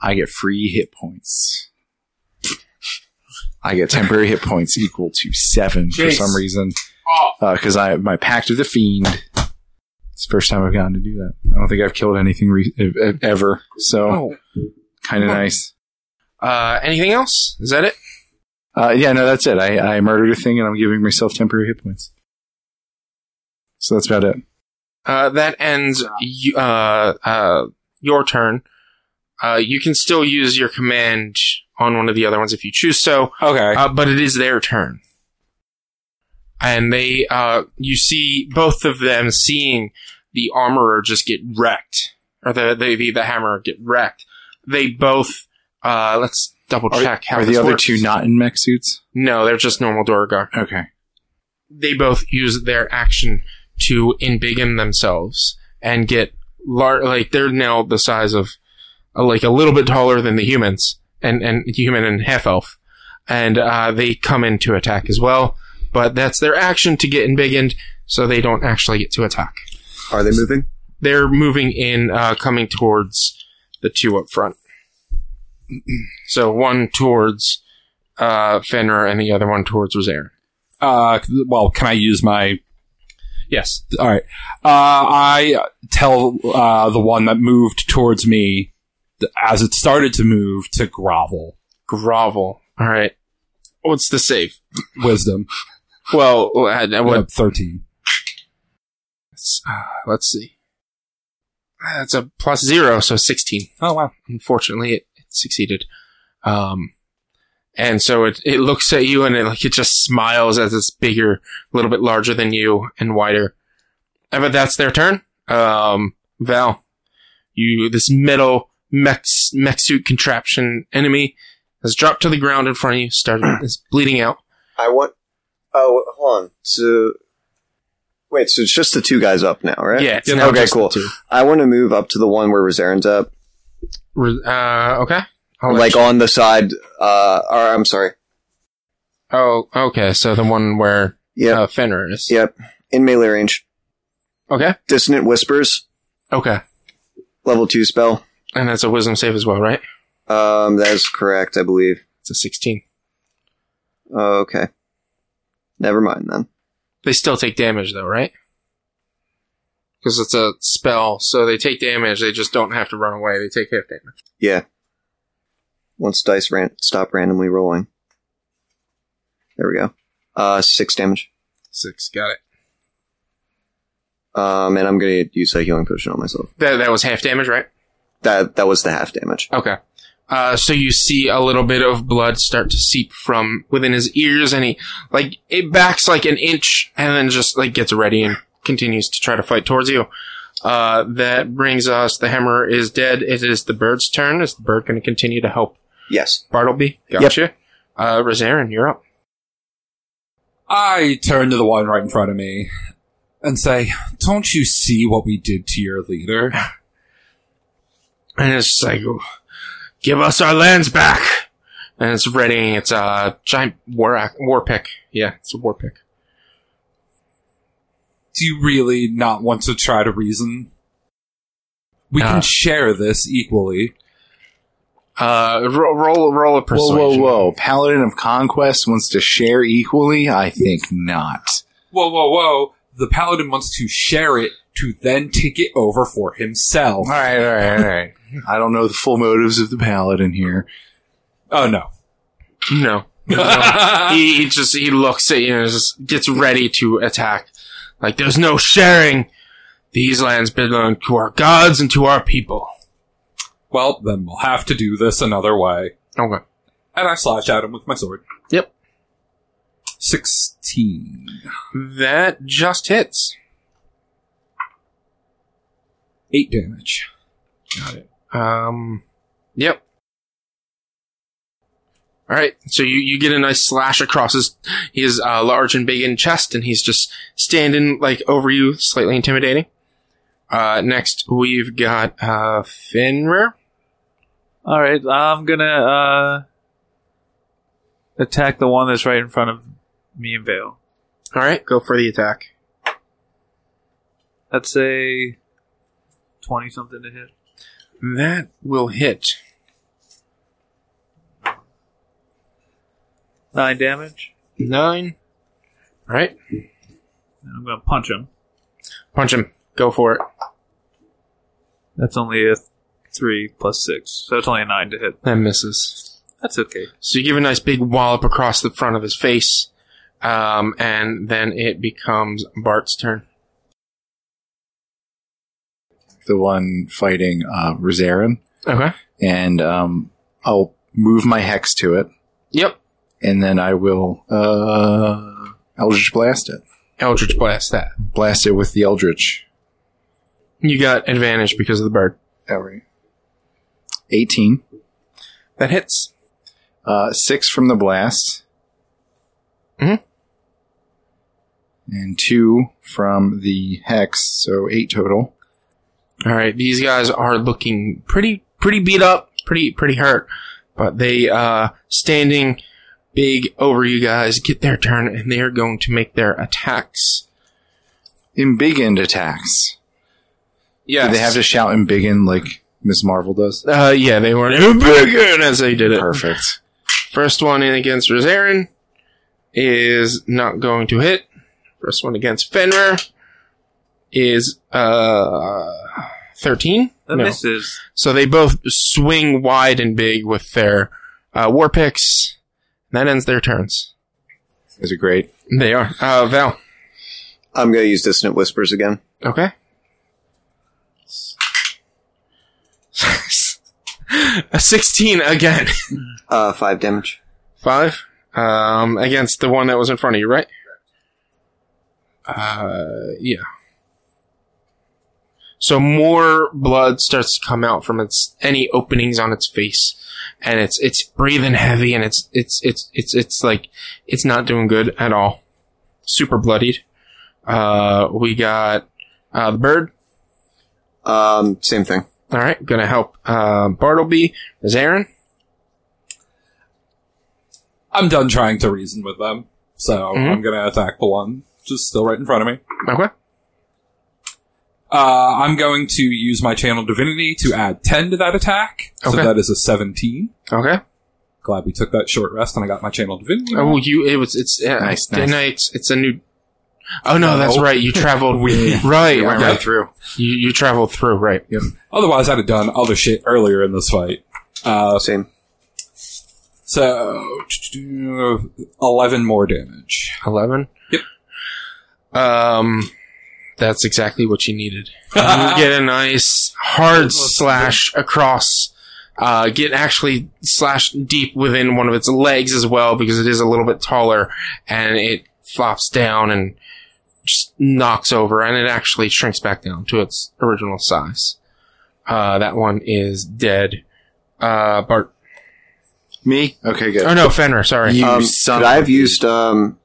i get free hit points i get temporary hit points equal to 7 for Jeez. Oh. some reason because I my Pact of the Fiend. It's the first time I've gotten to do that. I don't think I've killed anything re- ev- ev- ever, so kind of nice. Uh, anything else? Is that it? Uh, yeah, no, that's it. I, I murdered a thing, and I'm giving myself temporary hit points. So that's about it. Uh, that ends y- uh, uh, your turn. Uh, you can still use your command on one of the other ones if you choose so, Okay. uh, but it is their turn. And they, uh, you see both of them seeing the armorer just get wrecked, or the the the, the hammer get wrecked. They both. Uh, let's double Are- check how are this the other works. two not in mech suits? No, they're just normal Duragar. Okay. They both use their action to embiggen themselves and get lar- like they're now the size of uh, like a little bit taller than the humans and and human and half elf, and uh, they come in to attack as well. But that's their action to get embiggened, so they don't actually get to attack. Are they moving? They're moving in, uh, coming towards the two up front. So one towards uh, Fenrir and the other one towards Rosair. Uh, well, can I use my? Yes. All right. Uh, I tell uh, the one that moved towards me th- as it started to move to grovel. Grovel. All right. What's the save? Wisdom. Well, I, I Uh, would- Thirteen. Let's, uh, let's see. That's a plus zero, so 16. Oh wow. Unfortunately, it, it succeeded. Um, and so it, it looks at you and it like it just smiles as it's bigger, a little bit larger than you and wider. Uh, But that's their turn. Um, Val, you this metal mech, mech suit contraption enemy has dropped to the ground in front of you, started is bleeding out. I want. Oh, hold on. So, wait. So it's just the two guys up now, right? Yeah, it's now okay. just Cool. the two. I want to move up to the one where Rosarin's up, Re- Uh, okay. I'll let like you- on the side. Uh, or I'm sorry. oh, okay. So the one where Yep. uh, Fenrir is. Yep. In melee range. Okay. Dissonant whispers. Okay. Level two spell. And that's a wisdom save as well, right? Um, that is correct, I believe. Oh, It's a 16. Okay. Never mind then. They still take damage though, right? Because it's a spell, so they take damage. They just don't have to run away. They take half damage. Yeah. Once dice ran- stop randomly rolling. There we go. Uh, six damage. Six, got it. Um, and I'm gonna use a healing potion on myself. That that was half damage, right? That that was the half damage. Okay. Uh, so you see a little bit of blood start to seep from within his ears, and he like it backs like an inch, and then just like gets ready and continues to try to fight towards you. Uh, that brings us. The hammer is dead. It is the bird's turn. Is the bird going to continue to help Yes. Bartleby? Gotcha. Uh, Rosarin, you're up. I turn to the one right in front of me and say, "Don't you see what we did to your leader?" And it's just like, give us our lands back. And it's ready. It's a giant war, ac- war pick. Yeah, it's a war pick. Do you really not want to try to reason? We Uh. can share this equally. Uh, ro- roll, roll a Whoa, persuasion. whoa, whoa! Paladin of Conquest wants to share equally. I think not. Whoa, whoa, whoa! The paladin wants to share it to then take it over for himself. All right, all right, all right. I don't know the full motives of the paladin here. Oh no! No. No. he, he just, he looks at you and just gets ready to attack. Like, there's no sharing. These lands belong to our gods and to our people. Well, then we'll have to do this another way. Okay. And I slash at him with my sword. Yep. Sixteen. That just hits. Eight damage. Um, yep. All right, so you, you get a nice slash across his his uh, large and big in chest, and he's just standing like over you, slightly intimidating. Uh, next we've got uh, Fenrir. All right, I'm gonna uh, attack the one that's right in front of me and Vale. All right, go for the attack. That's a twenty something to hit. That will hit. Nine damage. Nine. All right, And I'm gonna punch him. punch him. Go for it. That's only a three plus six, so it's only a nine to hit. That misses. That's okay. So you give a nice big wallop across the front of his face, um, and then it becomes Bart's turn. The one fighting uh, Rosarin, Okay. and um, I'll move my hex to it, Yep. and then I will uh, Eldritch blast it. Eldritch Blast that. Blast it with the Eldritch. You got advantage because of the bird. All right. 18. That hits. Uh, six from the blast. Mhm. And two from the hex, so eight total. All right, these guys are looking pretty pretty beat up, pretty pretty hurt, but they uh standing big over you guys get their turn and they are going to make their attacks. Embiggened attacks. Yeah, Do they have to shout embiggen like Miss Marvel does? Uh, yeah, they weren't embiggened as they did it. Perfect. First one in against Rosarin is not going to hit. First one against Fenrir is uh thirteen. That No. misses. So they both swing wide and big with their uh, war picks. That ends their turns. These are great. They are. Uh, Val. I'm going to use Dissonant Whispers again. Okay. A 16 again. Uh, five damage. Five. Um, against the one that was in front of you, right? Uh, yeah. So more blood starts to come out from its any openings on its face, and it's it's breathing heavy, and it's it's it's it's it's like it's not doing good at all. Super bloodied. Uh, we got uh, the bird. Um, same thing. All right, gonna help uh, Bartleby. Is Aaron? I'm done trying to reason with them, so Mhm. I'm gonna attack the one just still right in front of me. Okay. Uh, I'm going to use my channel divinity to add 10 to that attack. Okay. So that is a 17. Okay. Glad we took that short rest and I got my channel divinity. Oh, you it was it's uh, Nice, I- nice. no, it's it's a new. Oh no, that's Oh. right. You traveled We- right. went okay. right through. You you traveled through right. Otherwise, I'd have done other shit earlier in this fight. Uh, Same. so, 11 more damage. Eleven. Yep. Um, that's exactly what you needed. You get a nice hard slash across. Uh, get actually slash deep within one of its legs as well because it is a little bit taller and it flops down and just knocks over and it actually shrinks back down to its original size. Uh, that one is dead. Uh, Bart. Me? Okay, good. Oh no, Fenrir. Sorry. You Um, son could of I have a- used um,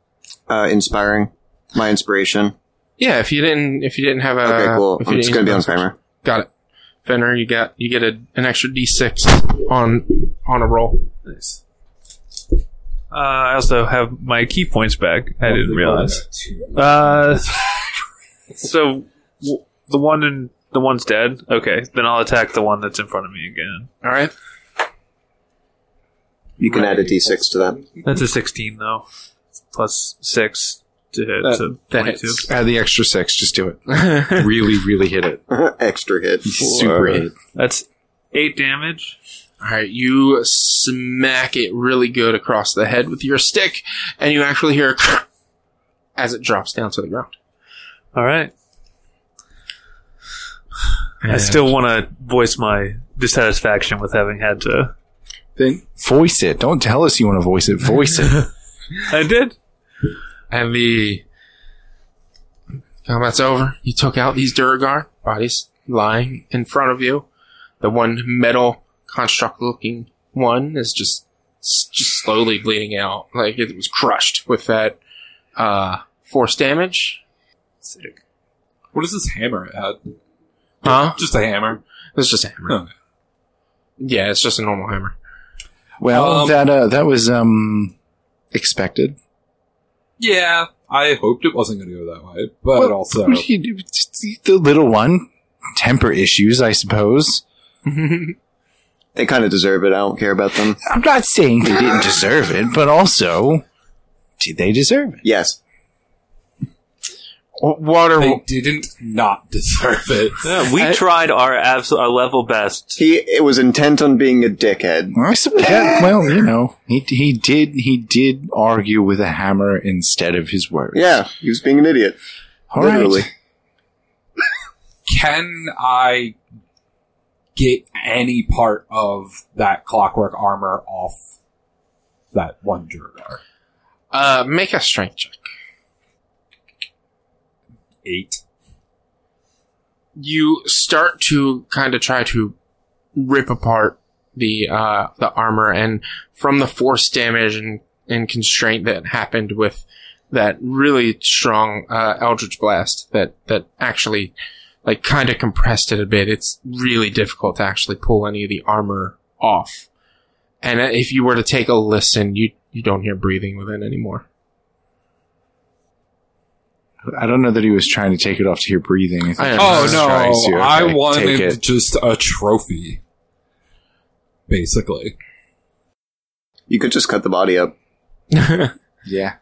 uh, inspiring my inspiration? yeah, if you didn't, if you didn't have Uh, a, okay, cool. if you I'm just going didn't to be on use- Framer. Got it. Fenrir, you got you get a, an extra d6 on on a roll. Nice. Uh, I also have my key points back. I didn't realize. Uh, so w- the one in the one's dead. Okay, then I'll attack the one that's in front of me again. All right. You can add a d6 to that. That's a sixteen though, plus six to hit. so that 22. hits. Add the extra six. Just do it. really, really hit it. Extra hit. Super hit. That's eight damage. All right, you smack it really good across the head with your stick, and you actually hear a as it drops down to the ground. All right. I still want to voice my dissatisfaction with having had to. Then voice it. Don't tell us you want to voice it. Voice it. I did. And the combat's over. You took out these Duragar bodies lying in front of you. The one metal construct-looking one is just s- just slowly bleeding out, like it was crushed with that uh, force damage. Sick. What is this hammer at? Huh? Just a hammer. It's just a hammer. Huh. Yeah, it's just a normal hammer. Well, Um, that uh, that was um expected. Yeah, I hoped it wasn't going to go that way, but Well, also. what do you do? the little one temper issues, I suppose. They kind of deserve it. I don't care about them. I'm not saying they didn't deserve it, but also did they deserve it? Yes. W- Water. They didn't not deserve it. Yeah, we tried our abs- our level best. He it was intent on being a dickhead. I suppose. that- well, you know, he he did he did argue with a hammer instead of his words. Yeah, he was being an idiot. All right. literally. Can I get any part of that clockwork armor off that one Durgar? Uh, make a strength check. Eight. you start to kind of try to rip apart the uh, the armor, and from the force damage and, and constraint that happened with that really strong uh, Eldritch blast, that that actually like kind of compressed it a bit. It's really difficult to actually pull any of the armor off. And if you were to take a listen, you you don't hear breathing within anymore. I don't know that he was trying to take it off to hear breathing. I I Oh was trying no! to, okay, I take wanted it. just a trophy, basically. You could just cut the body up. Yeah.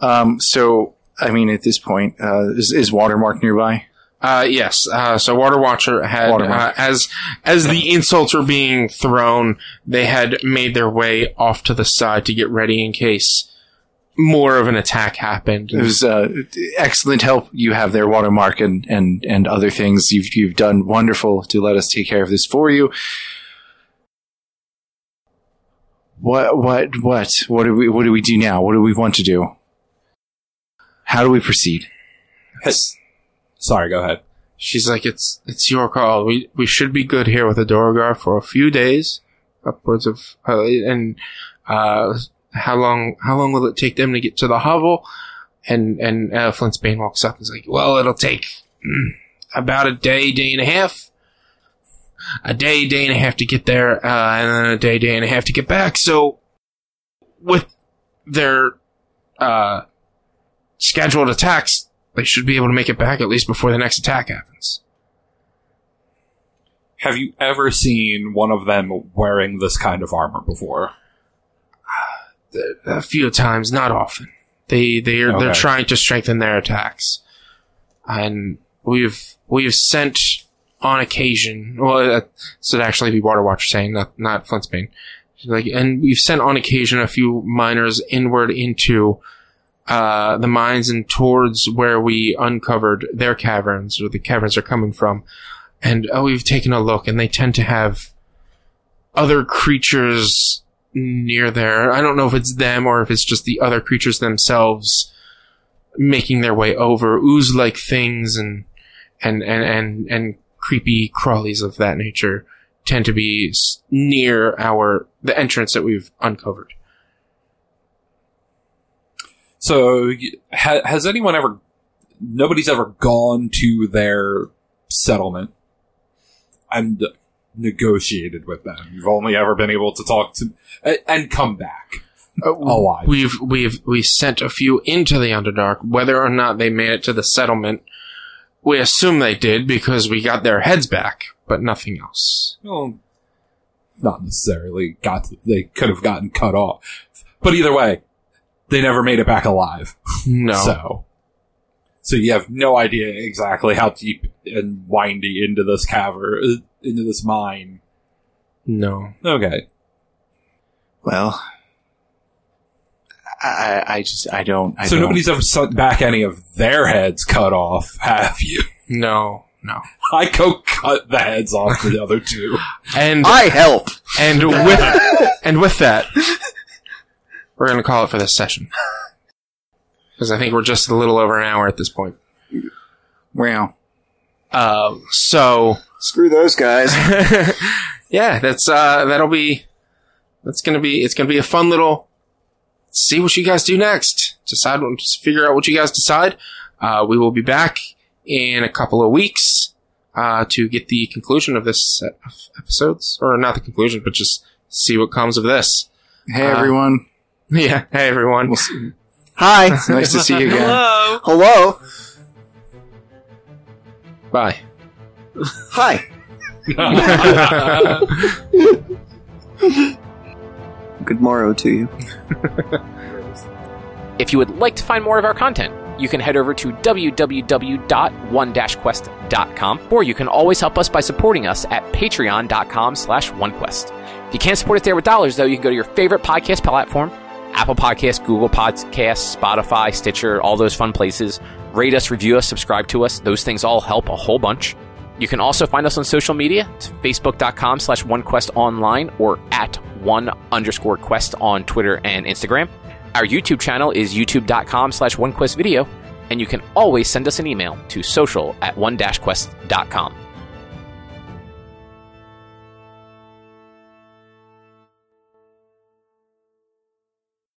Um. So I mean, at this point, uh, is, is Watermark nearby? Uh, yes. Uh, so Water Watcher had Water uh, Watcher. as as the insults were being thrown, they had made their way off to the side to get ready in case more of an attack happened. It was uh, excellent help you have there, Watermark, and and and other things. You've you've done wonderful to let us take care of this for you. What what what what do we what do we do now? What do we want to do? How do we proceed? Sorry, go ahead. She's like, "It's it's your call. We we should be good here with the Dorogar for a few days, upwards of uh, and uh, how long how long will it take them to get to the hovel?" And and uh, Flint's Bane walks up and is like, "Well, it'll take mm, about a day, day and a half, a day, day and a half to get there, uh, and then a day, day and a half to get back." So with their uh, scheduled attacks, they should be able to make it back at least before the next attack happens. Have you ever seen one of them wearing this kind of armor before? A few times, not often. They they are they're Okay. trying to strengthen their attacks, and we've we've sent on occasion. Well, that should actually be Water Watcher saying, not not Flintsbane. She's Like, and we've sent on occasion a few miners inward into uh, the mines and towards where we uncovered their caverns or the caverns are coming from. And oh, we've taken a look, and they tend to have other creatures near there. I don't know if it's them or if it's just the other creatures themselves making their way over, ooze like things and and and and and creepy crawlies of that nature tend to be s- near our the entrance that we've uncovered. So, y- ha- has anyone ever? Nobody's ever gone to their settlement and negotiated with them. You've only ever been able to talk to a- and come back alive. We've we've we sent a few into the Underdark. Whether or not they made it to the settlement, we assume they did because we got their heads back, but nothing else. Well, not necessarily got. they could have gotten cut off, but either way, they never made it back alive. No. So, so you have no idea exactly how deep and windy into this cavern, into this mine. No. Okay. Well, I I- I just I don't. I so don't. nobody's ever sent back any of their heads cut off, have you? No. No. I co cut the heads off for the other two. And I help. And with and with that, we're gonna call it for this session because I think we're just a little over an hour at this point. Wow. Um, so Screw those guys. yeah, that's uh, that'll be that's gonna be it's gonna be a fun little see what you guys do next. Decide what, just figure out what you guys decide. Uh, we will be back in a couple of weeks uh, to get the conclusion of this set of episodes, or not the conclusion, but just see what comes of this. Hey Uh, everyone. Yeah. Hey everyone. Hi. It's nice to see you again. Hello. Hello. Bye. Hi. Good morrow to you. If you would like to find more of our content, you can head over to www.one-quest.com, or you can always help us by supporting us at patreon.com slash onequest. If you can't support us there with dollars, though, you can go to your favorite podcast platform, Apple Podcasts, Google Podcasts, Spotify, Stitcher, all those fun places. Rate us, review us, subscribe to us. Those things all help a whole bunch. You can also find us on social media. It's facebook.com slash onequestonline or at one underscore quest on Twitter and Instagram. Our YouTube channel is youtube.com slash onequestvideo. and you can always send us an email to social at one-quest.com.